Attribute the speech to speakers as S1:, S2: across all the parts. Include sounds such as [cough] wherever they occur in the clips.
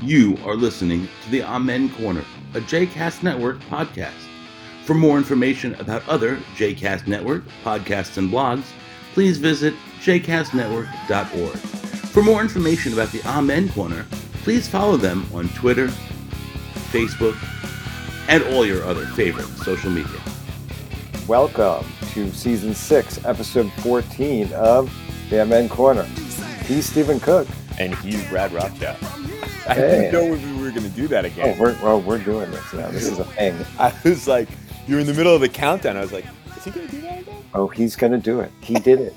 S1: You are listening to the Amen Corner, a JCast Network podcast. For more information about other JCast Network podcasts and blogs, please visit jcastnetwork.org. For more information about the Amen Corner, please follow them on Twitter, Facebook, and all your other favorite social media.
S2: Welcome to season six, episode 14 of the MN Corner. He's Stephen Cook.
S3: and he's Brad Rothschild. I
S2: Hey.
S3: didn't know if we were going to do that
S2: Oh,
S3: again.
S2: we're, well, we're doing this now. This is a thing.
S3: I was like, you were in the middle of the countdown. I was like, is he going to do that again?
S2: Oh, he's going to do it. He did it.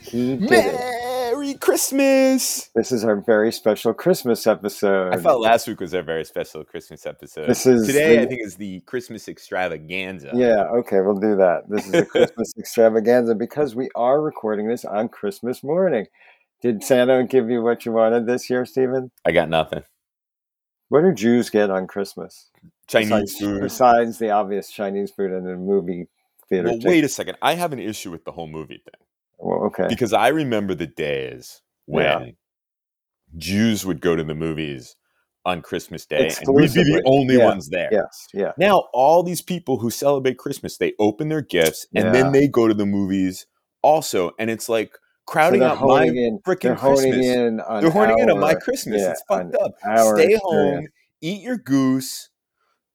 S2: He did it.
S3: Merry Christmas!
S2: This is our very special Christmas episode.
S3: I felt last week was our very special Christmas episode.
S2: This is
S3: Today,
S2: the-
S3: I think, is the Christmas extravaganza.
S2: Yeah, okay, we'll do that. This is a
S3: [laughs]
S2: Christmas extravaganza because we are recording this on Christmas morning. Did Santa give you what you wanted this year, Stephen?
S3: I got nothing.
S2: What do Jews get on Christmas?
S3: Chinese
S2: besides,
S3: food.
S2: besides the obvious Chinese food and the movie theater.
S3: Well,
S2: ticket.
S3: wait a second. I have an issue with the whole movie thing
S2: Well, okay.
S3: because I remember the days when
S2: Yeah.
S3: Jews would go to the movies on Christmas Day and we'd be
S2: Exclusively.
S3: the only
S2: Yeah.
S3: ones there.
S2: Yes. Yeah.
S3: Now all these people who celebrate Christmas, they open their gifts and
S2: Yeah.
S3: then they go to the movies also, and it's like
S2: So
S3: crowding
S2: they're
S3: out my
S2: honing in. They're
S3: freaking
S2: honing
S3: Christmas.
S2: in on.
S3: They're horning in on my
S2: our-
S3: Christmas.
S2: yeah,
S3: it's
S2: on
S3: fucked up.
S2: our
S3: Stay home,
S2: experience.
S3: eat your goose,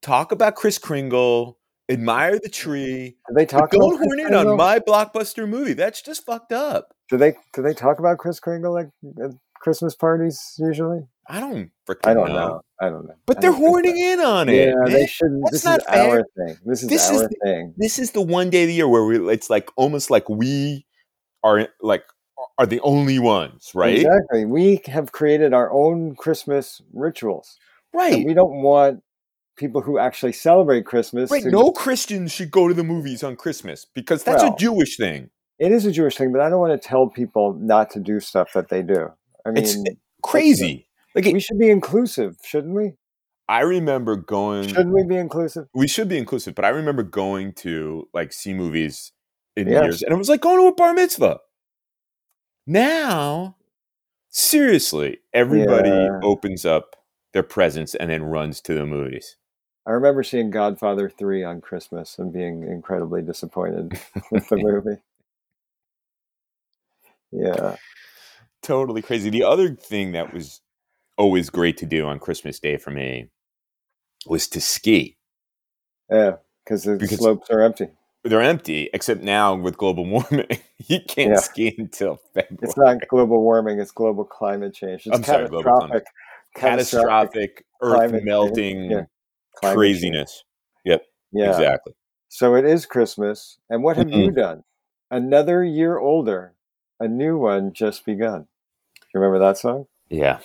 S3: talk about Chris Kringle, admire the tree.
S2: Do they
S3: But
S2: talk about
S3: don't
S2: Kris
S3: horn in
S2: Kringle?
S3: on my blockbuster movie. That's just fucked up.
S2: Do they do they talk about Chris Kringle like at Christmas parties usually?
S3: I don't freaking
S2: I don't
S3: know.
S2: know. I don't know.
S3: But they're horning in on
S2: Yeah,
S3: it.
S2: they
S3: man.
S2: shouldn't.
S3: That's
S2: this
S3: not
S2: is
S3: fair.
S2: our thing. This is
S3: This is
S2: our
S3: the-
S2: thing.
S3: this is the one day of the year where we it's like almost like we are like are the only ones right
S2: Exactly. We have created our own Christmas rituals, and
S3: right
S2: we don't want people who actually celebrate Christmas.
S3: right
S2: to-
S3: no christians should go to the movies on christmas because that's
S2: Well,
S3: a jewish thing
S2: It is a Jewish thing, but I don't want to tell people not to do stuff that they do. I mean,
S3: It's- eh, crazy like
S2: we
S3: it,
S2: should be inclusive, shouldn't we?
S3: i remember going
S2: Shouldn't we be inclusive?
S3: we should be inclusive but i remember going to like see movies in the
S2: Yes.
S3: years and it was like going to a bar mitzvah now seriously everybody
S2: Yeah.
S3: opens up their presents and then runs to the movies
S2: I remember seeing Godfather 3 on Christmas and being incredibly disappointed with
S3: [laughs]
S2: the movie. Yeah.
S3: totally crazy. The other thing that was always great to do on Christmas Day for me was to ski.
S2: Yeah. Because the
S3: Because-
S2: slopes are empty.
S3: They're empty, except now with global [laughs] warming, you can't
S2: Yeah.
S3: ski until [laughs] February.
S2: It's not global warming, it's global climate change. It's
S3: I'm sorry, global climate-
S2: catastrophic.
S3: catastrophic,
S2: climate
S3: earth
S2: change,
S3: melting
S2: yeah, climate change.
S3: craziness.
S2: Yeah.
S3: Exactly.
S2: So it is Christmas. And what have you
S3: Mhm.
S2: done? Another year older, a new one just begun. You remember that song?
S3: Yeah.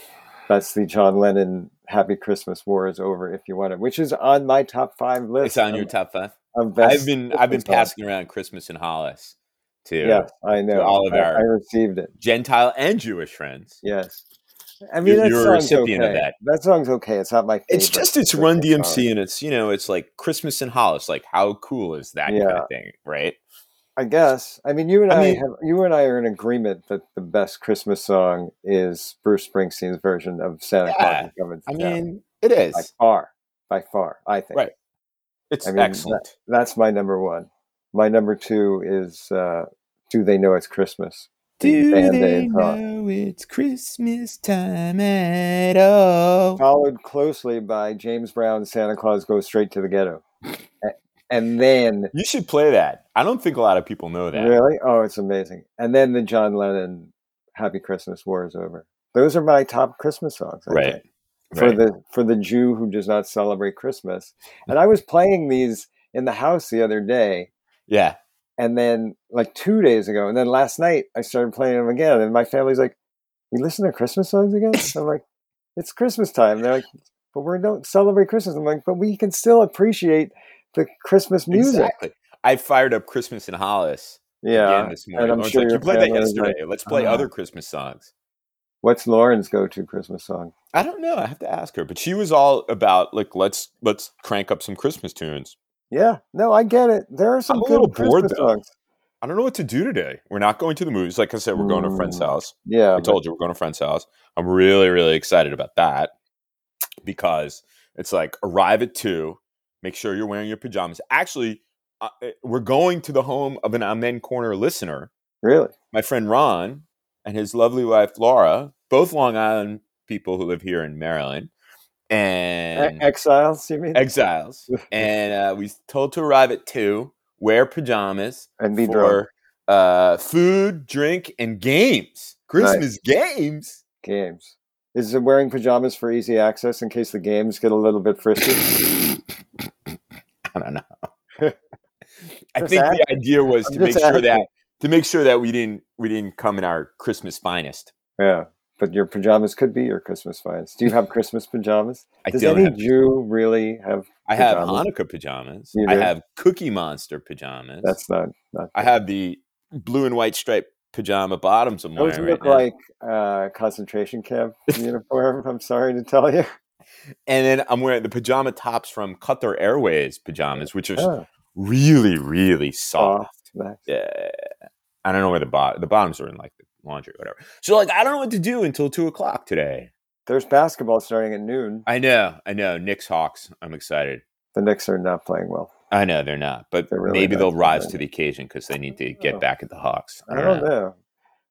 S2: That's the John Lennon "Happy Christmas, War is Over" if you want it, which is on my top five list.
S3: It's on your
S2: of-
S3: top five.
S2: of best
S3: I've been I've been
S2: Christmas songs.
S3: passing around Christmas in Hollis to
S2: Yes, I know.
S3: all of
S2: I,
S3: our-
S2: I received it.
S3: Gentile and Jewish friends.
S2: Yes, I mean
S3: You're-
S2: that
S3: you're a
S2: song's
S3: recipient of
S2: okay.
S3: that.
S2: song's okay. It's not my favorite.
S3: It's just it's
S2: Christmas
S3: Run DMC
S2: song.
S3: and it's you know it's like Christmas in Hollis. Like how cool is that kind
S2: Yeah.
S3: of thing, right?
S2: I guess. I mean, you and I,
S3: I mean-
S2: have you and I are in agreement that the best Christmas song is Bruce Springsteen's version of Santa Claus
S3: Yeah,
S2: is Coming to
S3: I
S2: Town.
S3: mean, it is.
S2: by far, by far, I think.
S3: Right. It's
S2: I mean,
S3: excellent.
S2: That's my number one. My number two is uh, "Do They Know It's Christmas?" the Band Aid song.
S3: it's Christmas time at all?
S2: followed closely by James Brown's "Santa Claus Goes Straight to the Ghetto," A- and then
S3: You should play that. I don't think a lot of people know that.
S2: really, oh, it's amazing. And then the John Lennon "Happy Christmas, War Is Over." Those are my top Christmas songs, I
S3: Right.
S2: think, for
S3: Right.
S2: the for the Jew who does not celebrate Christmas. And I was playing these in the house the other day,
S3: yeah.
S2: and then like two days ago, and then last night I started playing them again, and my family's like, "We listen to Christmas songs
S3: [laughs]
S2: again?" I'm like, "It's Christmas time." And they're like, "But we don't celebrate Christmas." I'm like, "But we can still appreciate the Christmas music."
S3: Exactly. I fired up Christmas in Hollis
S2: Yeah.
S3: again this morning.
S2: I'm
S3: Lauren's
S2: sure
S3: like,
S2: your
S3: you played that
S2: family was like,
S3: yesterday. Let's play
S2: "Ah."
S3: other Christmas songs.
S2: What's Lauren's go-to Christmas song?
S3: I don't know. I have to ask her. But she was all about like let's let's crank up some Christmas tunes.
S2: Yeah, no, I get it. There are some
S3: I'm a
S2: good
S3: little
S2: Christmas
S3: bored, though.
S2: songs.
S3: I don't know what to do today. We're not going to the movies. Like I said, we're going to a friend's
S2: Mm.
S3: house.
S2: Yeah,
S3: I told you we're going to a friend's house. I'm really, really excited about that. because it's like arrive at two, make sure you're wearing your pajamas. Actually, uh, we're going to the home of an Amen Corner listener,
S2: Really? E,
S3: my friend Ron and his lovely wife Laura, both Long Island people who live here in Maryland,
S2: E-
S3: and
S2: Exiles, you mean?
S3: exiles.
S2: [laughs]
S3: And uh, we told to arrive at two, wear pajamas,
S2: and be drunk.
S3: for uh, food, drink, and games. Christmas games.
S2: Games. Is it wearing pajamas for easy access in case the games get a little
S3: [laughs]
S2: bit frisky?
S3: I don't [laughs] know. I
S2: Just
S3: think the idea was
S2: I'm
S3: to make
S2: just
S3: sure that
S2: asking.
S3: to make sure that we didn't we didn't come in our Christmas finest.
S2: Yeah. But your pajamas could be your Christmas finds. Do you have Christmas pajamas?
S3: I
S2: Does
S3: don't
S2: any
S3: have.
S2: Jew really have?
S3: I have
S2: pajamas?
S3: Hanukkah pajamas.
S2: You
S3: I
S2: do?
S3: have Cookie Monster pajamas.
S2: That's not. not
S3: I have the blue and white striped pajama bottoms I'm
S2: Those
S3: wearing right
S2: look
S3: now.
S2: like uh, concentration
S3: [laughs]
S2: camp uniform. I'm sorry to tell you.
S3: and then I'm wearing the pajama tops from Qatar Airways pajamas, which
S2: [laughs]
S3: are
S2: Oh,
S3: really, really soft.
S2: nice.
S3: Yeah. I don't know where the bot the bottoms are in like the laundry or whatever. So like I don't know what to do until two o'clock today.
S2: There's basketball starting at noon.
S3: I know, I know. Knicks Hawks. I'm excited.
S2: The Knicks are not playing well.
S3: I know they're not, but
S2: They're really
S3: maybe
S2: not.
S3: they'll rise to the occasion because they need to get back at the Hawks.
S2: I don't know.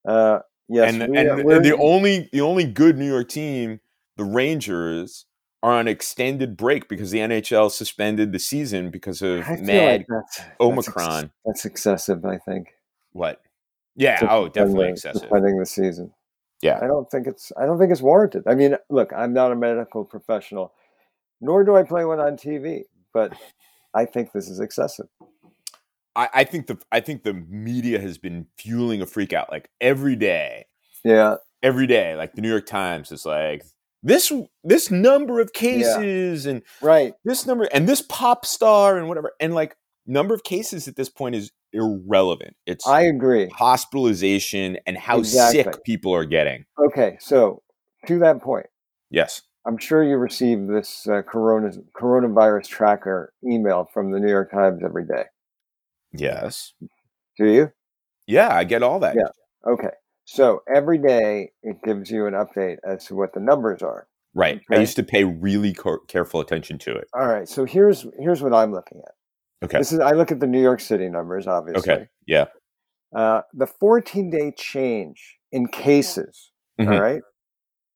S2: Uh, yes,
S3: and
S2: we-
S3: and,
S2: we're-
S3: and the only the only good New York team, the Rangers, are on extended break because the NHL suspended the season because of
S2: I feel
S3: mad
S2: like that's, that's ex-
S3: Omicron.
S2: That's, excessive, I think.
S3: what? Yeah,
S2: Suspending-
S3: oh, definitely excessive.
S2: Suspending the season.
S3: Yeah.
S2: I don't think it's. I don't think it's warranted. I mean, look, I'm not a medical professional, nor do I play one on TV. But I think this is excessive.
S3: I, I think the I think the media has been fueling a freak out like every day.
S2: Yeah,
S3: Every day, like the New York Times is like this this number of cases and
S2: right.
S3: this number and this pop star and whatever and like number of cases at this point is irrelevant. It's
S2: I agree.
S3: hospitalization and how
S2: Exactly.
S3: sick people are getting.
S2: Okay, so to that point,
S3: Yes.
S2: I'm sure you receive this uh, corona coronavirus tracker email from the New York Times every day.
S3: Yes.
S2: Do you?
S3: Yeah, I get all that.
S2: Yeah. Okay. So every day it gives you an update as to what the numbers are.
S3: Right. I
S2: Okay.
S3: used to pay really car- careful attention to it.
S2: All right. So here's here's what I'm looking at.
S3: Okay.
S2: This is I look at the New York City numbers, obviously.
S3: Okay. Yeah.
S2: Uh, the 14 day change in cases, all
S3: Mhm.
S2: right,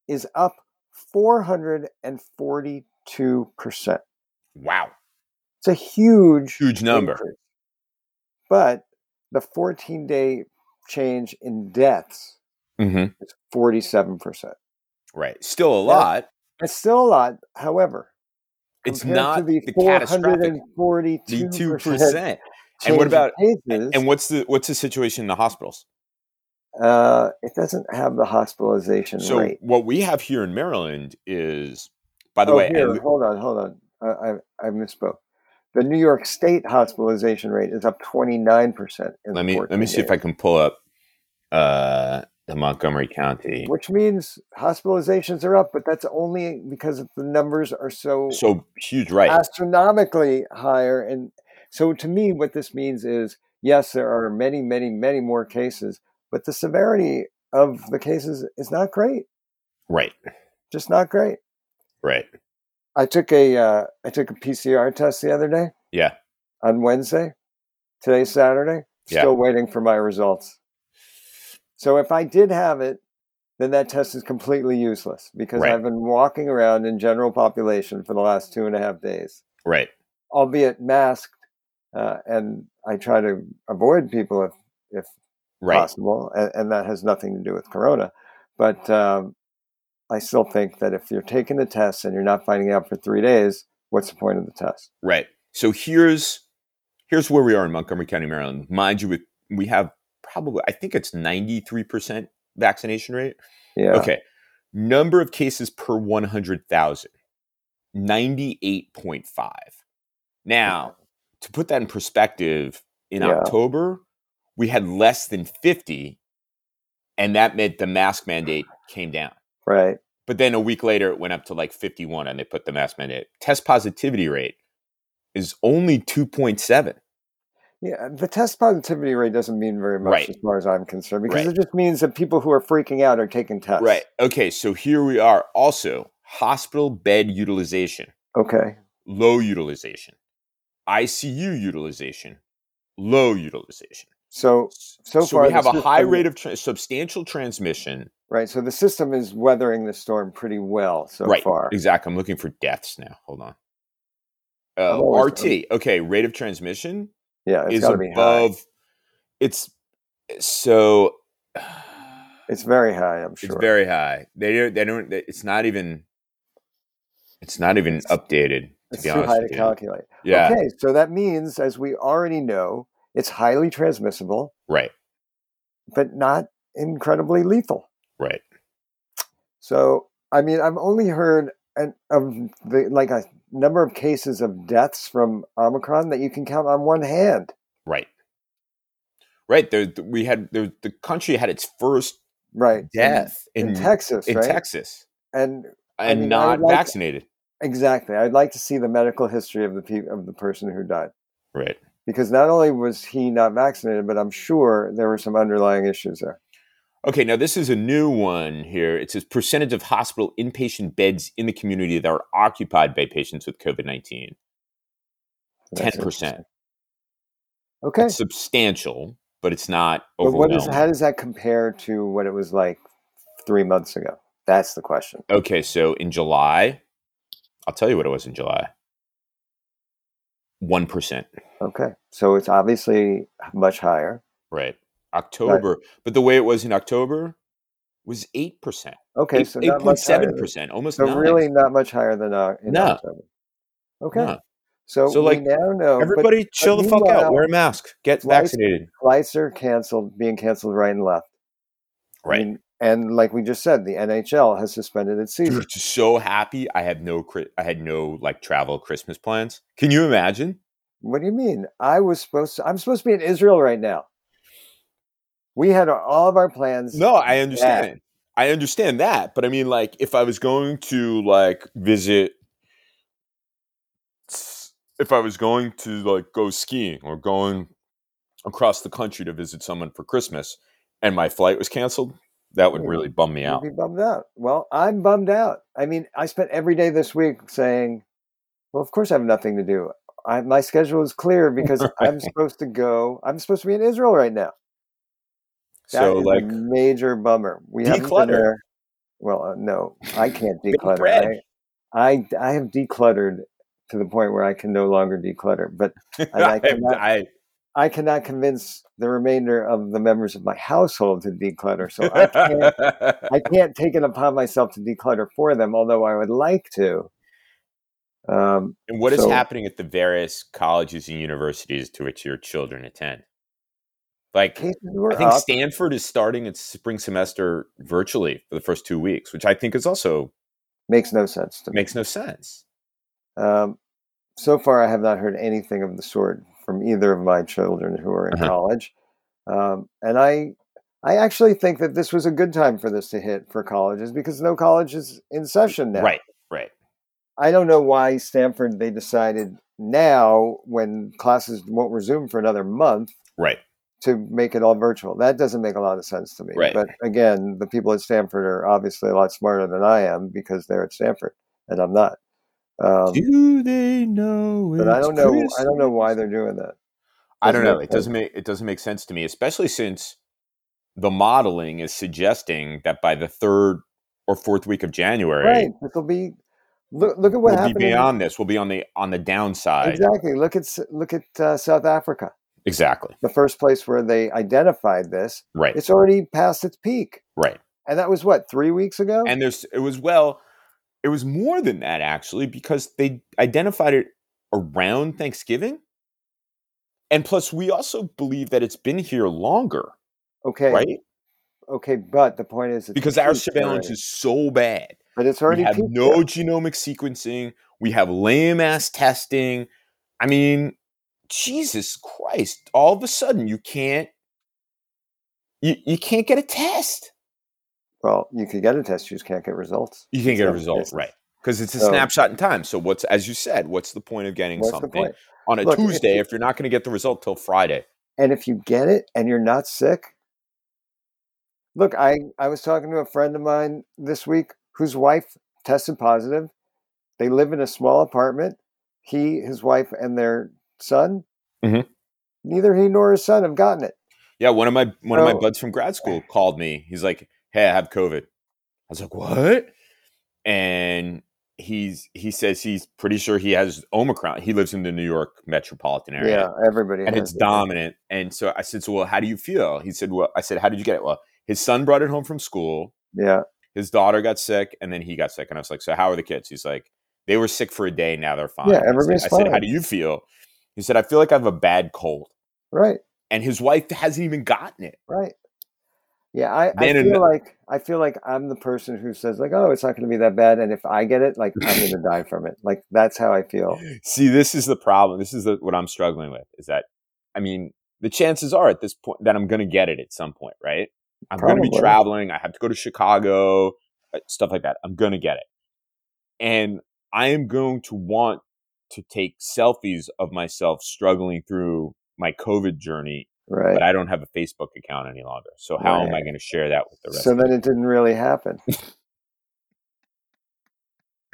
S2: is up 442 percent.
S3: Wow.
S2: It's a huge
S3: Huge number.
S2: increase. But the 14 day change in deaths
S3: hmm
S2: is 47 percent.
S3: Right. Still a lot.
S2: It's still a lot. However,
S3: It's
S2: compared
S3: not
S2: to the,
S3: the catastrophic
S2: 442
S3: two
S2: percent.
S3: percent. And what about-
S2: cases?
S3: And what's the what's the situation in the hospitals?
S2: uh, it doesn't have the hospitalization
S3: So
S2: rate.
S3: what we have here in Maryland is, by the
S2: oh,
S3: way, and
S2: here,
S3: we-
S2: hold on, hold on. Uh, I I misspoke. The New York State hospitalization rate is up 29 percent.
S3: let me let me see if I can pull up uh, the Montgomery County.
S2: Which means hospitalizations are up, but that's only because the numbers are so
S3: So huge, right?
S2: astronomically higher. And so, to me, what this means is yes, there are many, many, many more cases, but the severity of the cases is not great.
S3: right,
S2: Just not great.
S3: right.
S2: I took a uh, I took a PCR test the other day
S3: Yeah,
S2: on Wednesday. Today's Saturday.
S3: Yeah.
S2: Still waiting for my results. So if I did have it, then that test is completely useless because
S3: Right.
S2: I've been walking around in general population for the last two and a half days.
S3: right.
S2: albeit masked, uh, and I try to avoid people if, if
S3: Right.
S2: possible, and, and that has nothing to do with corona. But um, I still think that if you're taking the test and you're not finding out for three days, what's the point of the test?
S3: Right. So here's here's where we are in Montgomery County, Maryland. Mind you, we- we have probably I think it's ninety three percent vaccination rate.
S2: Yeah,
S3: Okay. Number of cases per 100,000, 98.5. Now, to put that in perspective, in
S2: Yeah.
S3: October, we had less than 50, and that meant the mask mandate came down.
S2: right.
S3: But then a week later, it went up to like 51, and they put the mask mandate. Test positivity rate is only 2.7.
S2: Yeah, the test positivity rate doesn't mean very much
S3: Right.
S2: as far as I'm concerned because
S3: Right.
S2: it just means that people who are freaking out are taking tests.
S3: Right. Okay. So here we are. Also, hospital bed utilization,
S2: Okay.
S3: low utilization, ICU utilization, low utilization.
S2: So so,
S3: So
S2: far
S3: we have
S2: the
S3: a high
S2: system-
S3: rate of tra- substantial transmission.
S2: right. So the system is weathering the storm pretty well so
S3: right,
S2: far.
S3: exactly. I'm looking for deaths now. Hold on.
S2: I'm
S3: Uh,
S2: always-
S3: RT, okay, rate of transmission
S2: Yeah, it's
S3: is
S2: got to be high.
S3: above. It's so. [sighs]
S2: It's very high. I'm sure.
S3: It's very high. They don't. They don't. It's not even. It's not even updated. To
S2: It's
S3: be
S2: too
S3: honest,
S2: high
S3: with
S2: to
S3: you.
S2: calculate.
S3: Yeah.
S2: Okay, so that means, as we already know, it's highly transmissible,
S3: Right.
S2: but not incredibly lethal.
S3: Right.
S2: So, I mean, I've only heard an, of the like a number of cases of deaths from Omicron that you can count on one hand.
S3: Right. Right. There, th- we had there, the country had its first
S2: Right.
S3: death
S2: in,
S3: in in,
S2: Texas, right?
S3: Texas
S2: and I
S3: and
S2: mean, I
S3: not
S2: would like-
S3: vaccinated.
S2: exactly, I'd like to see the medical history of the pe- of the person who died.
S3: Right.
S2: Because not only was he not vaccinated, but I'm sure there were some underlying issues there.
S3: Okay. Now this is a new one here. It says percentage of hospital inpatient beds in the community that are occupied by patients with COVID nineteen.
S2: That's
S3: Ten percent.
S2: Okay.
S3: Substantial, but it's not
S2: But what
S3: overwhelming.
S2: is how does that compare to what it was like three months ago? That's the question.
S3: Okay, so in July, I'll tell you what it was in July. One percent,
S2: Okay, so it's obviously much higher.
S3: right? October, but the way it was in October was eight percent,
S2: Okay,
S3: eight
S2: so not
S3: point
S2: much higher.
S3: seven
S2: than-
S3: percent, almost
S2: So
S3: nine.
S2: really, not much higher than uh, in
S3: No.
S2: October. Okay,
S3: No.
S2: so,
S3: So, like,
S2: we now know. Everybody,
S3: Everybody, chill the fuck
S2: meanwhile,
S3: out. Wear a mask. Get
S2: flights-
S3: vaccinated.
S2: but flights are canceled, being canceled right and left. I
S3: Right.
S2: mean, and like we just said, the NHL has suspended its season.
S3: Dude, so happy. I had no. cri- I had no like travel Christmas plans. Can you imagine?
S2: What do you mean? I was supposed to. I'm supposed to be in Israel right now. We had all of our plans.
S3: No, I understand. I understand that, but I mean, like, if I was going to like visit, if I was going to like go skiing or going across the country to visit someone for Christmas, and my flight was canceled, that would
S2: Yeah.
S3: really bum me
S2: You'd
S3: out.
S2: be bummed out. Well, I'm bummed out. I mean, I spent every day this week saying, "Well, of course I have nothing to do. I, my schedule is clear because
S3: [laughs]
S2: I'm supposed to go. I'm supposed to be in Israel right now. That
S3: So,
S2: is
S3: like,
S2: a major bummer. We haven't
S3: Declutter.
S2: been there. Well, uh, no, I can't
S3: [laughs] bread.
S2: declutter. I, I I have decluttered to the point where I can no longer declutter, but I
S3: [laughs] I,
S2: cannot-
S3: I-
S2: I cannot convince the remainder of the members of my household to declutter. So I can't I can't take it upon myself to declutter for them, although I would like to. Um,
S3: [laughs] and what is
S2: so-
S3: happening at the various colleges and universities to which your children attend? Like,
S2: cases were
S3: I think
S2: up.
S3: Stanford is starting its spring semester virtually for the first two weeks, which I think is also
S2: Makes no sense to me.
S3: makes no sense.
S2: Um, so far, I have not heard anything of the sort from either of my children who are in
S3: Uh-huh.
S2: college, um, and I, I actually think that this was a good time for this to hit for colleges because no college is in session now.
S3: Right, right.
S2: I don't know why Stanford they decided now when classes won't resume for another month
S3: Right.
S2: to make it all virtual. That doesn't make a lot of sense to me.
S3: Right.
S2: But again, the people at Stanford are obviously a lot smarter than I am because they're at Stanford and I'm not. Um,
S3: Do they know?
S2: but I don't know. I don't know why they're doing that.
S3: I don't know.
S2: Doesn't make
S3: It doesn't make it doesn't make sense to me, especially since the modeling is suggesting that by the third or fourth week of January,
S2: Right. This will be. Look, look at what
S3: we'll be
S2: happened. in-
S3: beyond this. We'll be on the on the downside.
S2: exactly. Look at S- look at uh, South Africa,
S3: Exactly.
S2: the first place where they identified this.
S3: Right.
S2: It's already past its peak,
S3: right.
S2: and that was what three weeks ago.
S3: and there's it was well it was more than that actually because they identified it around thanksgiving and plus we also believe that it's been here longer
S2: okay.
S3: right
S2: Okay. But the point is, it's
S3: because our
S2: peaked
S3: surveillance
S2: already.
S3: is so bad
S2: But it's
S3: we
S2: already
S3: have
S2: peaked
S3: no
S2: there.
S3: genomic sequencing we have lame ass testing i mean jesus christ all of a sudden you can't you, you can't get a test
S2: Well, you could get a test, you just can't get results.
S3: you can't get a
S2: some
S3: result
S2: cases.
S3: right because it's a
S2: So-
S3: snapshot in time so what's as you said what's the point of getting
S2: What's the
S3: something
S2: point?
S3: on a
S2: Look, if
S3: Tuesday
S2: you-
S3: if you're not going to get the result till Friday.
S2: And if you get it and you're not sick, look, I, I was talking to a friend of mine this week whose wife tested positive. They live in a small apartment. He, his wife, and their son.
S3: Mhm.
S2: Neither he nor his son have gotten it.
S3: Yeah, one of my one of my
S2: Oh.
S3: buds from grad
S2: [laughs]
S3: school called me. He's like, "Hey, I have COVID." I was like, "What?" And he's he says he's pretty sure he has Omicron. He lives in the New York metropolitan area.
S2: Yeah, everybody.
S3: and
S2: has
S3: it's
S2: it.
S3: dominant. And so I said, "So well, how do you feel?" He said, "Well, I said, how did you get it?" Well, his son brought it home from school.
S2: Yeah,
S3: His daughter got sick, and then he got sick. And I was like, "So how are the kids?" He's like, "They were sick for a day. Now they're fine."
S2: Yeah,
S3: I said-
S2: everybody's
S3: I said, "How
S2: fine."
S3: do you feel?" He said, "I feel like I have a bad cold."
S2: right,
S3: And his wife hasn't even gotten it.
S2: right. Yeah, I, I
S3: Then
S2: feel
S3: in the-
S2: like I feel like I'm the person who says like, "Oh, it's not going to be that bad," and if I get it, like I'm going to die from it. Like that's how I
S3: [gasps]
S2: feel.
S3: See, this is the problem. This is the, what I'm struggling with. Is that, I mean, the chances are at this point that I'm going to get it at some point, right? I'm going to be
S2: Probably.
S3: traveling. I have to go to Chicago, uh, stuff like that. I'm going to get it, and I am going to want to take selfies of myself struggling through my COVID journey,
S2: Right.
S3: but I don't have a Facebook account any longer. So how am I
S2: Right.
S3: going to share that with the rest?
S2: so
S3: of
S2: then it didn't really
S3: [laughs]
S2: happen.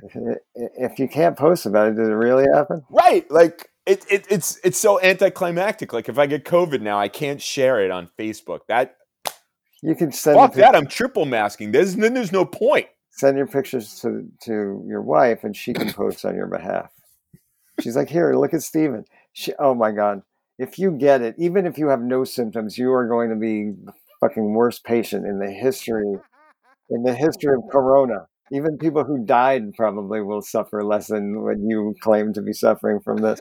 S2: If- if you can't post about it, did it really happen?
S3: Right. Like it, it it's it's so anticlimactic. Like if I get COVID now, I can't share it on Facebook. That
S2: You can send
S3: fuck
S2: the pic-
S3: that. I'm triple masking. There's then there's no point.
S2: send your pictures to to your wife, and she
S3: [clears throat]
S2: can post on your behalf. She's like, "Here, look at Steven. She, oh my god! If you get it, even if you have no symptoms, you are going to be the fucking worst patient in the history in the history of corona. Even people who died probably will suffer less than what you claim to be suffering from this."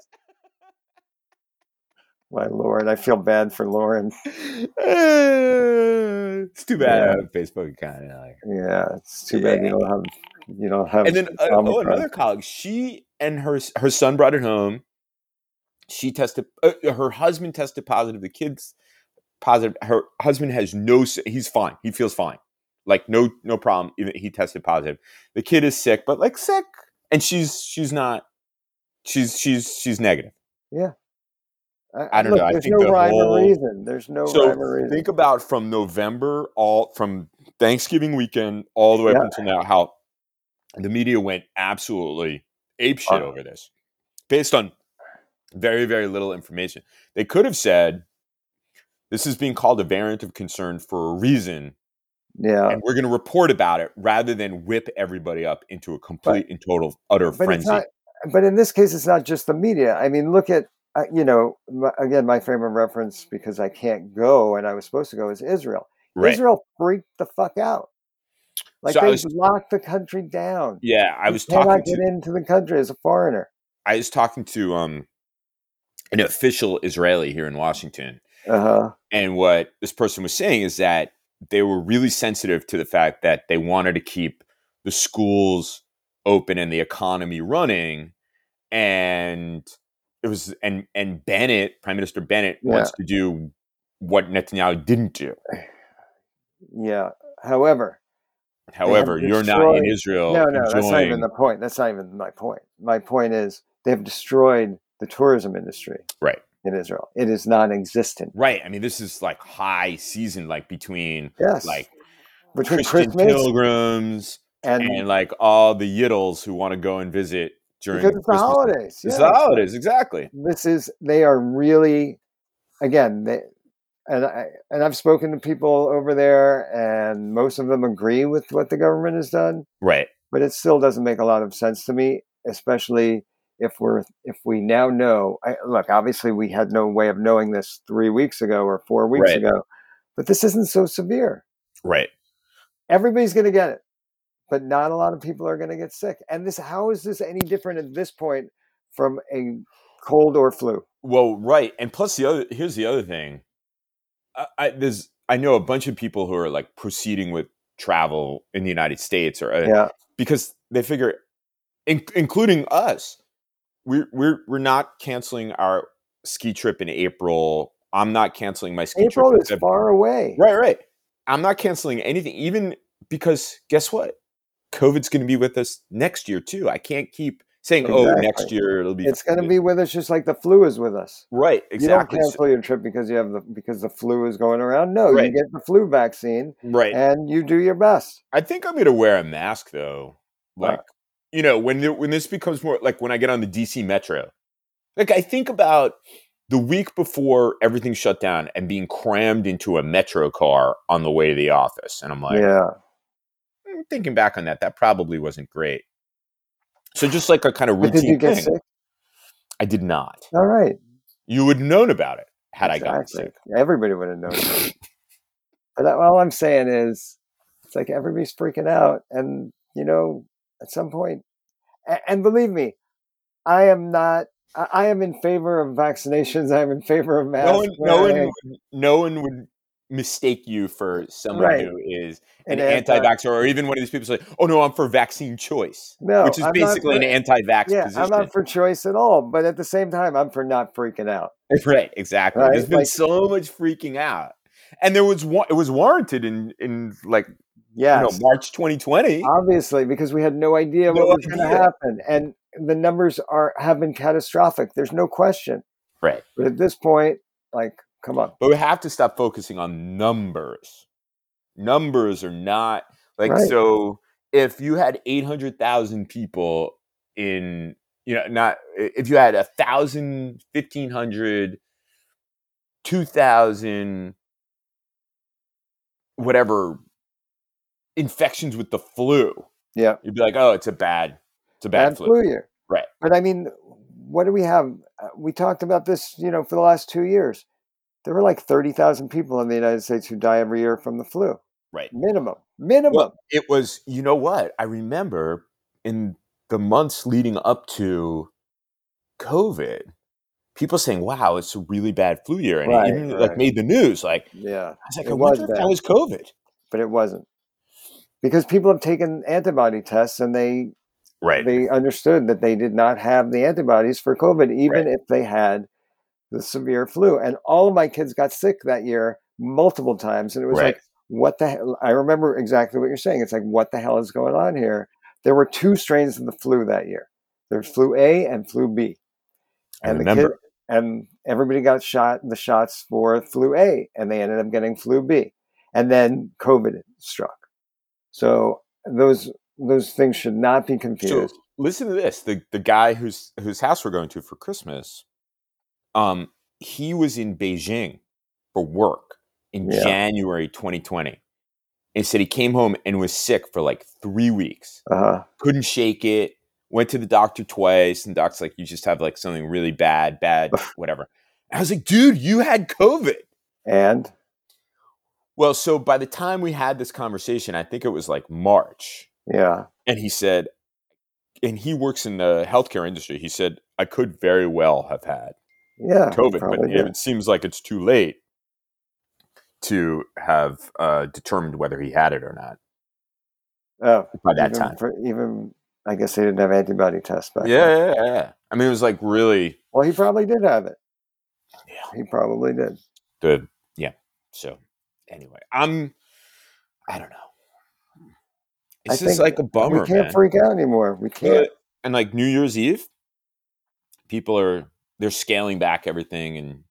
S2: My lord, I feel bad for Lauren.
S3: it's too bad
S2: Yeah.
S3: I have a Facebook account. and I like-
S2: Yeah, it's too bad you don't have you don't have.
S3: And then uh, oh,
S2: Omicron.
S3: another colleague. She and her her son brought it home. She tested. Uh, her husband tested positive. The kids positive. Her husband has no. s- He's fine. He feels fine. Like no no problem. Even he tested positive. The kid is sick, but like sick, and she's she's not. She's she's she's negative. I don't know, I
S2: There's
S3: think
S2: no
S3: the
S2: rhyme
S3: whole-
S2: or reason. There's no
S3: so
S2: rhyme or reason.
S3: think about from November all from Thanksgiving weekend all the way up
S2: Yeah.
S3: until now how the media went absolutely apeshit
S2: Uh.
S3: over this based on very very little information. They could have said this is being called a variant of concern for a reason,
S2: yeah,
S3: and we're going to report about it rather than whip everybody up into a complete and total
S2: but
S3: utter
S2: it's
S3: frenzy.
S2: not. But in this case, it's not just the media. I mean, look at uh, you know my, again my frame of reference because I can't go and I was supposed to go is Israel.
S3: right?
S2: Israel freaked the fuck out. Like
S3: So I
S2: they
S3: was-
S2: locked the country down.
S3: yeah, I
S2: You
S3: was
S2: cannot
S3: talking to
S2: get into the country as a foreigner.
S3: I was talking to um an official Israeli here in Washington
S2: Uh huh.
S3: And what this person was saying is that they were really sensitive to the fact that they wanted to keep the schools open and the economy running. And it was and and Bennett, Prime Minister Bennett, wants to do what Netanyahu didn't do.
S2: Yeah. However,
S3: However, you're not in
S2: destroyed-
S3: Israel.
S2: no, no, that's not even
S3: enjoying-
S2: the point. That's not even my point. My point is they have destroyed the tourism industry.
S3: Right.
S2: In Israel, it is non-existent.
S3: right. I mean, this is like high season, like between
S2: Yes.
S3: like
S2: between
S3: Christian
S2: Christmas
S3: pilgrims
S2: and,
S3: and like all the Yiddles who want to go and visit during
S2: because it's the
S3: Christmas time.
S2: holidays.
S3: It's
S2: yeah.
S3: the holidays, exactly.
S2: This is they are really again they and I and I've spoken to people over there and most of them agree with what the government has done,
S3: Right.
S2: but it still doesn't make a lot of sense to me, especially if we're if we now know I, look obviously we had no way of knowing this three weeks ago or four weeks
S3: Right.
S2: ago but this isn't so severe
S3: Right.
S2: everybody's going to get it but not a lot of people are going to get sick and this how is this any different at this point from a cold or flu
S3: Well, right. And plus the other here's the other thing. I, I there's I know a bunch of people who are like proceeding with travel in the United States or uh,
S2: yeah
S3: because they figure in, including us we are we're we're not canceling our ski trip in April. I'm not canceling my ski
S2: april
S3: trip. in
S2: is
S3: Feb-
S2: far away
S3: Right, right. I'm not canceling anything even because guess what? COVID's going to be with us next year too. I can't keep saying oh next
S2: Exactly.
S3: year it'll be
S2: it's going to
S3: fine."
S2: be with us just like the flu is with us
S3: Right, exactly.
S2: you don't
S3: So-
S2: cancel your trip because you have the because the flu is going around no
S3: Right.
S2: you get the flu vaccine
S3: Right.
S2: and you do your best
S3: I think I'm going to wear a mask though. Like, you know, when there, when this becomes more like when I get on the DC Metro, like I think about the week before everything shut down and being crammed into a Metro car on the way to the office, and I'm like,
S2: yeah.
S3: "Mm, thinking back on that, that probably wasn't great. So just like a kind of
S2: But did you
S3: routine
S2: get
S3: thing,
S2: sick?
S3: I did not.
S2: All right.
S3: You would have known about it had I gotten
S2: Exactly.
S3: sick.
S2: Everybody would have known.
S3: [laughs]
S2: that. but that, all I'm saying is, it's like everybody's freaking out, and you know, at some point, and, and believe me, I am not. I, I am in favor of vaccinations. I'm in favor of masks.
S3: No one, no
S2: wearing
S3: one, would, no one would mistake you for someone
S2: Right.
S3: who is an
S2: and
S3: anti-vaxxer, or even one of these people say, "Oh no, I'm for vaccine choice,"
S2: No,
S3: which is
S2: I'm not
S3: basically
S2: for-
S3: an anti-vax
S2: Yeah,
S3: position.
S2: I'm not for choice at all. But at the same time, I'm for not freaking out.
S3: [laughs] right, exactly.
S2: Right,
S3: There's been
S2: like-
S3: so much freaking out, and there was wa- it was warranted in in like
S2: Yeah,
S3: you know March 2020.
S2: obviously, because we had no idea
S3: No
S2: what was going to
S3: idea.
S2: happen, and the numbers are have been catastrophic. There's no question.
S3: right,
S2: But at this point, like, come on.
S3: but we have to stop focusing on numbers. Numbers are not like
S2: Right.
S3: so. If you had eight hundred thousand people in, you know, not if you had a thousand, fifteen hundred, two thousand, whatever infections with the flu,
S2: Yeah.
S3: you'd be like, oh, it's a bad, it's a bad, flu.
S2: year.
S3: Right.
S2: But I mean, what do we have? Uh, We talked about this, you know, for the last two years. There were like 30,000 people in the United States who die every year from the flu.
S3: Right.
S2: Minimum. Minimum. [laughs]
S3: Well, it was, you know what? I remember in the months leading up to COVID, people saying, wow, it's a really bad flu year. And
S2: Right,
S3: it even
S2: right.
S3: like made the news. Like, I
S2: yeah.
S3: was like,
S2: It
S3: I wonder
S2: was
S3: if
S2: bad.
S3: that was COVID.
S2: But it wasn't. Because people have taken antibody tests and they
S3: Right.
S2: they understood that they did not have the antibodies for COVID, even
S3: Right.
S2: if they had the severe flu. And all of my kids got sick that year multiple times. And it was
S3: Right.
S2: like, what the hell? I remember exactly what you're saying. It's like, what the hell is going on here? There were two strains of the flu that year there's flu A and flu B.
S3: I
S2: And the
S3: remember.
S2: kid, and everybody got shot the shots for flu A, and they ended up getting flu B, and then COVID struck. So those those things should not be
S3: So
S2: confused.
S3: listen to this. The the guy whose whose house we're going to for Christmas, um, he was in Beijing for work in
S2: Yeah.
S3: January 2020. And said he came home and was sick for like three weeks.
S2: uh-huh.
S3: couldn't shake it. Went to the doctor twice, and the doc's like, "You just have like something really
S2: [laughs]
S3: bad, bad, whatever." I was like, "Dude, you had COVID."
S2: And
S3: Well, so by the time we had this conversation, I think it was like March,
S2: yeah,
S3: and he said, and he works in the healthcare industry. He said, "I could very well have had
S2: yeah,
S3: COVID, but
S2: Uh, probably
S3: it
S2: did.
S3: seems like it's too late to have uh, determined whether he had it or not
S2: Oh,
S3: by that
S2: even
S3: time."
S2: for- even I guess they didn't have antibody tests back. then.
S3: Yeah, yeah, yeah. I mean, it was like really
S2: Well, he probably did have it.
S3: Yeah.
S2: He probably did.
S3: the yeah. So anyway, I'm I don't know.
S2: I
S3: It's just
S2: think
S3: like a bummer,
S2: we can't
S3: man.
S2: freak out anymore. We can't.
S3: and like New Year's Eve, people are they're scaling back everything, and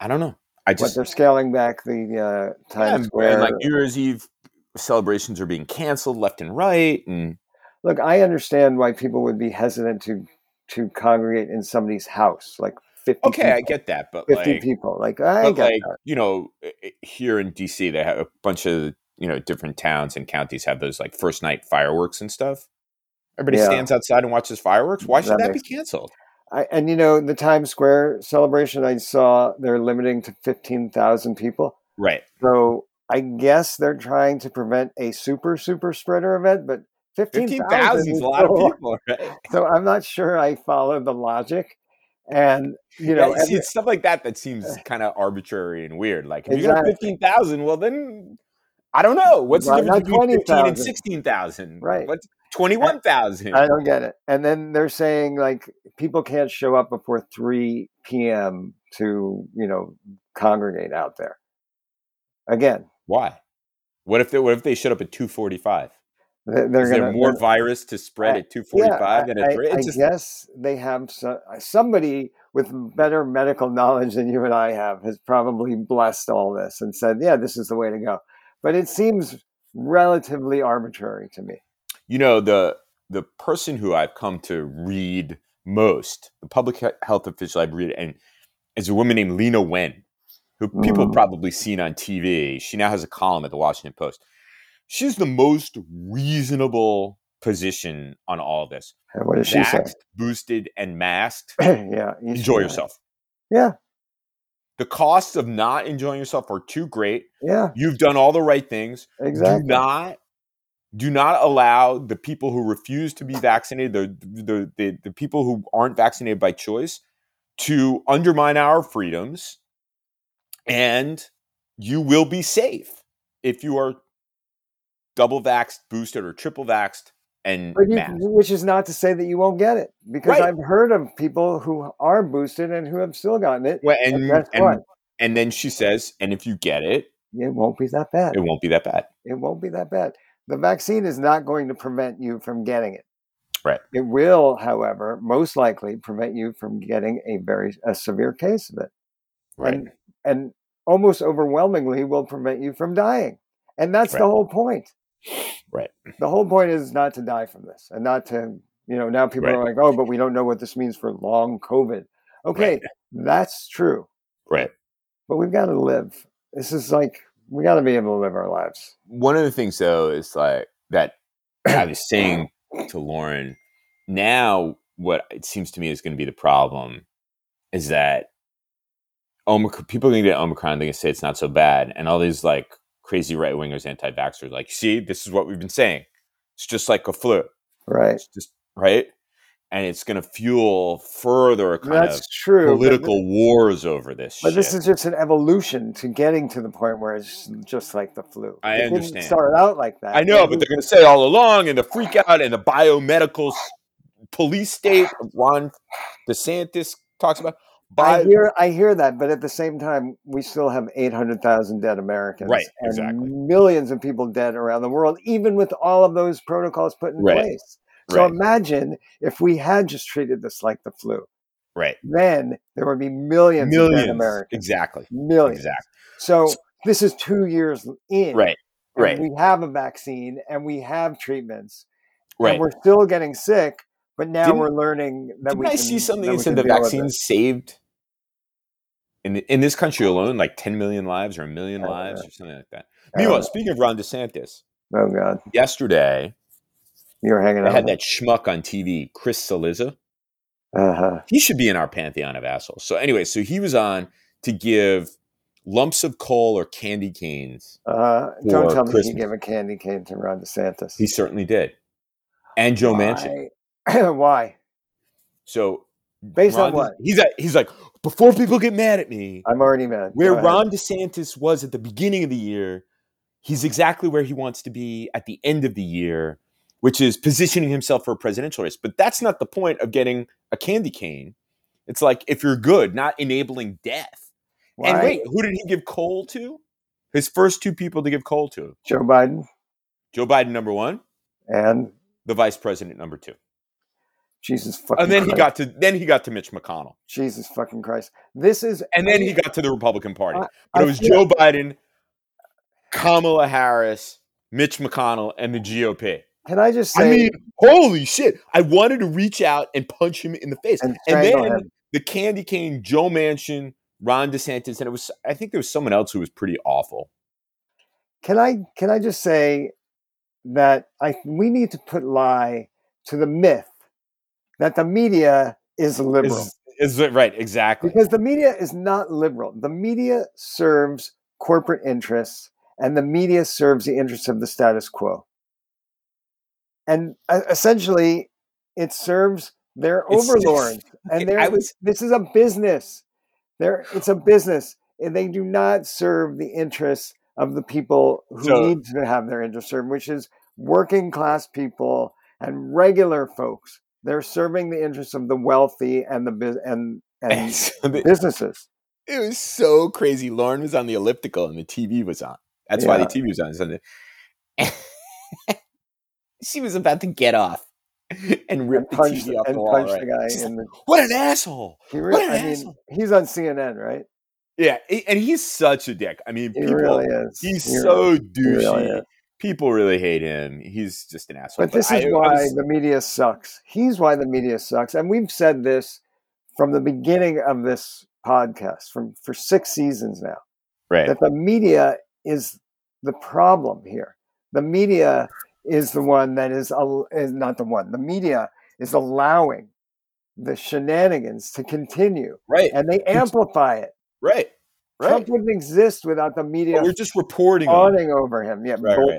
S3: I don't know. I
S2: But
S3: just
S2: they're scaling back the uh,
S3: yeah,
S2: Times
S3: and
S2: Square.
S3: like New Year's Eve celebrations are being canceled left and right, and
S2: Look, I understand why people would be hesitant to to congregate in somebody's house, like fifty.
S3: okay, I
S2: people,
S3: get that, but
S2: fifty
S3: like,
S2: people. Like I
S3: but
S2: get
S3: like
S2: that.
S3: you know, i- i- here in DC, they have a bunch of you know different towns and counties have those like first night fireworks and stuff. Everybody
S2: Yeah.
S3: stands outside and watches fireworks. Why should
S2: That
S3: that, be
S2: makes-
S3: canceled?
S2: I, and you know the Times Square celebration. I saw they're limiting to fifteen thousand people.
S3: Right.
S2: So I guess they're trying to prevent a super super spreader event, but fifteen
S3: Fifteen thousand
S2: thousand
S3: is a lot of people. [laughs] Right?
S2: [laughs] So I'm not sure I followed the logic, and you know,
S3: it's,
S2: every-
S3: it's stuff like that that seems kind of arbitrary and weird. Like if you got
S2: Exactly.
S3: fifteen thousand, well then I don't know what's the
S2: Why
S3: difference
S2: not
S3: between fifteen and
S2: 20,000?
S3: sixteen thousand.
S2: Right.
S3: What's twenty-one thousand?
S2: I don't get it. And then they're saying like people can't show up before three p.m. to you know congregate out there. Again,
S3: Why? What if they what if they showed up at two forty-five?
S2: they- they're
S3: Is
S2: gonna
S3: there more
S2: they're-
S3: virus to spread
S2: I-
S3: at two
S2: yeah,
S3: forty-five than
S2: I,
S3: at three?
S2: I, I
S3: It's just
S2: guess they have so, uh, somebody with better medical knowledge than you and I have has probably blessed all this and said, "Yeah, this is the way to go." But it seems relatively arbitrary to me.
S3: you know the the person who I've come to read most, the public he- health official I've read, and is a woman named Lena Wen, who people have
S2: Mm.
S3: probably seen on TV. She now has a column at the Washington Post. She's the most reasonable position on all this.
S2: And uh, what does she say?
S3: Vaxxed, boosted, and masked.
S2: [clears throat] yeah. you should
S3: Enjoy
S2: do
S3: yourself.
S2: that. Yeah.
S3: The costs of not enjoying yourself are too great.
S2: Yeah.
S3: You've done all the right things.
S2: Exactly.
S3: Do not do not allow the people who refuse to be vaccinated, the the the, the people who aren't vaccinated by choice, to undermine our freedoms. And you will be safe if you are double vaxxed, boosted, or triple vaxxed and
S2: But you,
S3: masked.
S2: which is not to say that you won't get it, because
S3: Right.
S2: I've heard of people who are boosted and who have still gotten it.
S3: Well,
S2: And,
S3: and,
S2: guess what?
S3: and, and then she says, and if you get it,
S2: It won't be that bad.
S3: it won't be that bad.
S2: it won't be that bad. The vaccine is not going to prevent you from getting it.
S3: Right.
S2: It will, however, most likely prevent you from getting a very a severe case of it. And, and almost overwhelmingly will prevent you from dying. And that's
S3: Right.
S2: the whole point.
S3: Right.
S2: The whole point is not to die from this and not to, you know, now people are like, oh, but we don't know what this means for long COVID. Okay,
S3: Right.
S2: that's true.
S3: Right.
S2: But we've got to live. This is like, we got to be able to live our lives.
S3: one of the things though is like that [clears throat] I was saying to Lauren, now what it seems to me is going to be the problem is that Omicron, people are going to get Omicron, they're going to say it's not so bad. And all these like crazy right wingers, anti vaxxers, like, see, this is what we've been saying. It's just like a flu.
S2: Right.
S3: It's just, [laughs] right? And it's going to fuel further kind
S2: That's
S3: of
S2: true. but
S3: political wars over this
S2: But this
S3: shit.
S2: is just an evolution to getting to the point where it's just like the flu.
S3: I
S2: It didn't
S3: understand.
S2: start out like that.
S3: I know,
S2: Maybe-
S3: but they're going to say all along, and the freak out, and the biomedical s- police state. Ron DeSantis talks about
S2: I
S3: bi-
S2: hear, I hear that, but at the same time, we still have eight hundred thousand dead Americans,
S3: Right,
S2: and
S3: exactly.
S2: millions of people dead around the world, even with all of those protocols put in
S3: Right,
S2: place. So
S3: right,
S2: imagine if we had just treated this like the flu,
S3: right,
S2: then there would be millions, of dead
S3: millions,
S2: Americans,
S3: exactly,
S2: millions.
S3: exactly,
S2: So this is two years in,
S3: right,
S2: and
S3: right,
S2: We have a vaccine and we have treatments.
S3: right.
S2: and we're still getting sick, but now
S3: Didn't-
S2: we're learning that
S3: Didn't
S2: we
S3: I
S2: can,
S3: see something
S2: that
S3: that
S2: we
S3: said
S2: can
S3: the
S2: deal with
S3: vaccine
S2: it.
S3: saved in the, in this country alone, like ten million lives or a million
S2: I don't
S3: lives
S2: know.
S3: or something like that?
S2: I don't
S3: Meanwhile, speaking of Ron DeSantis,
S2: know. oh god,
S3: yesterday
S2: you're hanging
S3: I
S2: out.
S3: had that schmuck on TV, Chris Saliza.
S2: Uh huh.
S3: he should be in our pantheon of assholes. So anyway, so he was on to give lumps of coal or candy canes.
S2: Uh, don't
S3: For
S2: tell me
S3: Christmas.
S2: he gave a candy cane to Ron DeSantis.
S3: He certainly did, and Joe Manchin.
S2: Why? [clears throat] Why?
S3: So
S2: Based
S3: Ron
S2: on
S3: De-
S2: what?
S3: he's at, he's like before people get mad at me,
S2: I'm already mad.
S3: where
S2: Go ahead.
S3: Ron DeSantis was at the beginning of the year, he's exactly where he wants to be at the end of the year, which is positioning himself for a presidential race. But that's not the point of getting a candy cane. It's like if you're good, not enabling death.
S2: Why?
S3: And wait, who did he give coal to? His first two people to give coal to
S2: Joe Biden
S3: Joe Biden, number one,
S2: and
S3: the vice president, number two.
S2: Jesus fucking.
S3: And then he
S2: Christ.
S3: got to then he got to Mitch McConnell.
S2: Jesus fucking Christ. This is
S3: And then he got to the Republican Party. But
S2: I
S3: it was
S2: feel-
S3: Joe Biden, Kamala Harris, Mitch McConnell, and the GOP.
S2: Can I just
S3: I
S2: say?
S3: mean, holy shit. I wanted to reach out and punch him in the face.
S2: and
S3: And
S2: strangle
S3: then
S2: him.
S3: the candy cane, Joe Manchin, Ron DeSantis, and it was I think there was someone else who was pretty awful.
S2: can I can I just say that I we need to put lie to the myth that the media is liberal
S3: Is, is it right? Exactly.
S2: because the media is not liberal. The media serves corporate interests and the media serves the interests of the status quo. And uh, essentially it serves their
S3: It's just [laughs]
S2: overlords and
S3: fucking- I
S2: their
S3: was-
S2: this is a business. There it's a business and they do not serve the interests of the people who
S3: So-
S2: need to have their interests served, which is working class people and regular folks. They're serving the interests of the wealthy and the bus- and
S3: And [laughs]
S2: and
S3: so the-
S2: businesses.
S3: it was so crazy. Lauren was on the elliptical and the TV was on. That's why the
S2: Yeah.
S3: TV was on Sunday. [laughs] she was about to get off [laughs] and rip
S2: And punched,
S3: the TV off
S2: and
S3: the wall.
S2: punched
S3: right?
S2: the guy
S3: She's
S2: in the.
S3: like, what an asshole!
S2: He
S3: what
S2: really,
S3: an
S2: I mean,
S3: asshole.
S2: he's on CNN, right?
S3: Yeah, he- and he's such a dick. I mean,
S2: He
S3: people.
S2: really is.
S3: he's
S2: He really-
S3: so
S2: really
S3: douchey.
S2: is.
S3: people really hate him. He's just an asshole.
S2: But this
S3: I-
S2: is
S3: I
S2: why
S3: was-
S2: the media sucks. He's why the media sucks. And we've said this from the beginning of this podcast from for six seasons now
S3: right.
S2: that the media is the problem here. The media is the one that is, al- is not the one. The media is allowing the shenanigans to continue
S3: Right.
S2: and they amplify it.
S3: Right. Right.
S2: Trump wouldn't exist without the
S3: But
S2: media
S3: We're just reporting on it.
S2: fawning over him. Yeah,
S3: Right, right.
S2: bullshit.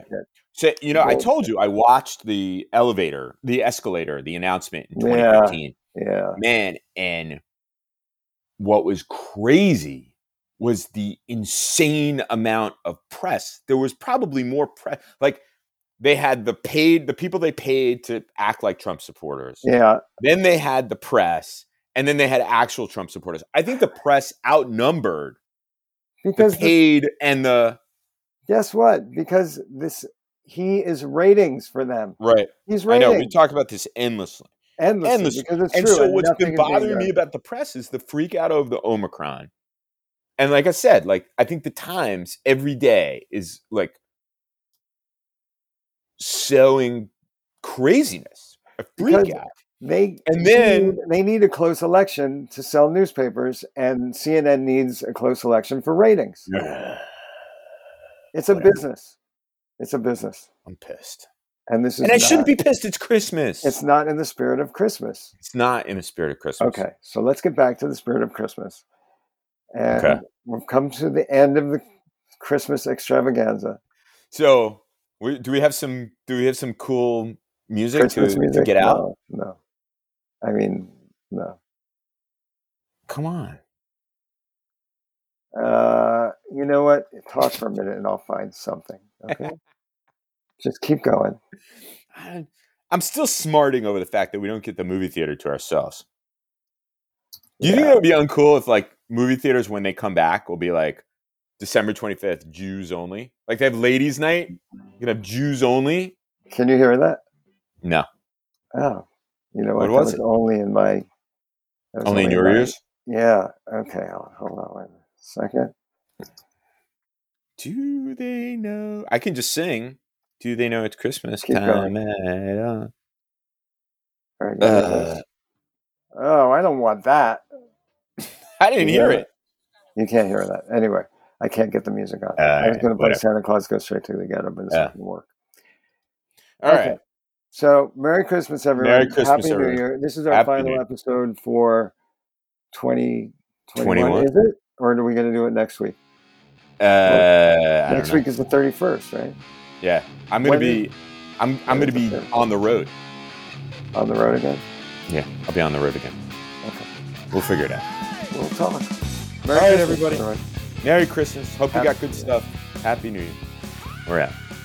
S3: So, you know, I
S2: Bullshit.
S3: told you I watched the elevator, the escalator, the announcement in
S2: Yeah.
S3: 2015.
S2: Yeah.
S3: Man, and what was crazy was the insane amount of press. There was probably more press. Like they had the paid, the people they paid to act like Trump supporters.
S2: Yeah.
S3: Then they had the press, and then they had actual Trump supporters. I think the press outnumbered the
S2: Because the-
S3: paid and the
S2: guess what? Because this he is ratings for them.
S3: right.
S2: He's
S3: I know
S2: ratings
S3: we talk about this endlessly.
S2: endlessly,
S3: endless.
S2: because it's
S3: and
S2: true.
S3: so what's
S2: nothing
S3: been
S2: is being
S3: bothering
S2: done.
S3: me about the press is the freak out of the omicron and like i said like i think the times every day is like selling craziness a freak
S2: Because-
S3: out
S2: they
S3: and then-
S2: need, they need a close election to sell newspapers, and CNN needs a close election for ratings. [sighs] It's a
S3: Whatever.
S2: business. It's a business,
S3: i'm pissed
S2: and this is
S3: and i shouldn't
S2: not-
S3: be pissed it's christmas
S2: It's not in the spirit of Christmas.
S3: It's not in the spirit of christmas
S2: Okay, so let's get back to the spirit of Christmas, and
S3: Okay.
S2: we've come to the end of the Christmas extravaganza.
S3: so we, do we have some do we have some cool music, to, to get out
S2: No, no. I mean, no.
S3: come on
S2: Uh, you know what? Talk for a minute and I'll find something.
S3: [laughs]
S2: Okay. Just keep going.
S3: I, I'm still smarting over the fact that we don't get the movie theater to ourselves. Do you think
S2: Yeah.
S3: it would be uncool if, like, movie theaters when they come back will be like December 25th, Jews only? Like they have ladies' night, you can have Jews only.
S2: Can you hear that?
S3: No,
S2: Oh, you know
S3: What
S2: what?
S3: was
S2: that was
S3: it?
S2: only in my. that was
S3: only in your
S2: my-
S3: ears.
S2: Yeah. Okay. I'll, hold on wait a second.
S3: Do they know? I can just sing. Do they know it's Christmas
S2: Keep
S3: time?
S2: going.
S3: at all?
S2: All right, there it
S3: Uh.
S2: is. oh, I don't want that.
S3: I didn't
S2: You
S3: hear
S2: know
S3: it.
S2: You can't hear that. Anyway, I can't get the music on.
S3: All
S2: I was
S3: right,
S2: going to play
S3: whatever.
S2: Santa Claus Go Straight to the Ghetto, but it's
S3: Yeah.
S2: not going to work.
S3: All right.
S2: Okay. So, Merry Christmas, everyone.
S3: Merry Christmas,
S2: Happy
S3: everyone.
S2: New Year. This is our
S3: Happy New
S2: final
S3: Year.
S2: episode for 2021,
S3: 21?
S2: is it? Or are we going to do it next week?
S3: Uh, I don't
S2: next
S3: know.
S2: week is the 31st, right?
S3: Yeah, I'm gonna
S2: When is-
S3: be. I'm I'm gonna be on the road.
S2: On the road again.
S3: Yeah, I'll be on the road again.
S2: Okay.
S3: We'll figure it out.
S2: We'll talk.
S3: All
S2: Merry
S3: right,
S2: Christmas,
S3: everybody.
S2: everyone.
S3: Merry Christmas. Hope you
S2: Happy
S3: got good
S2: New Year.
S3: stuff. Happy New Year. We're out.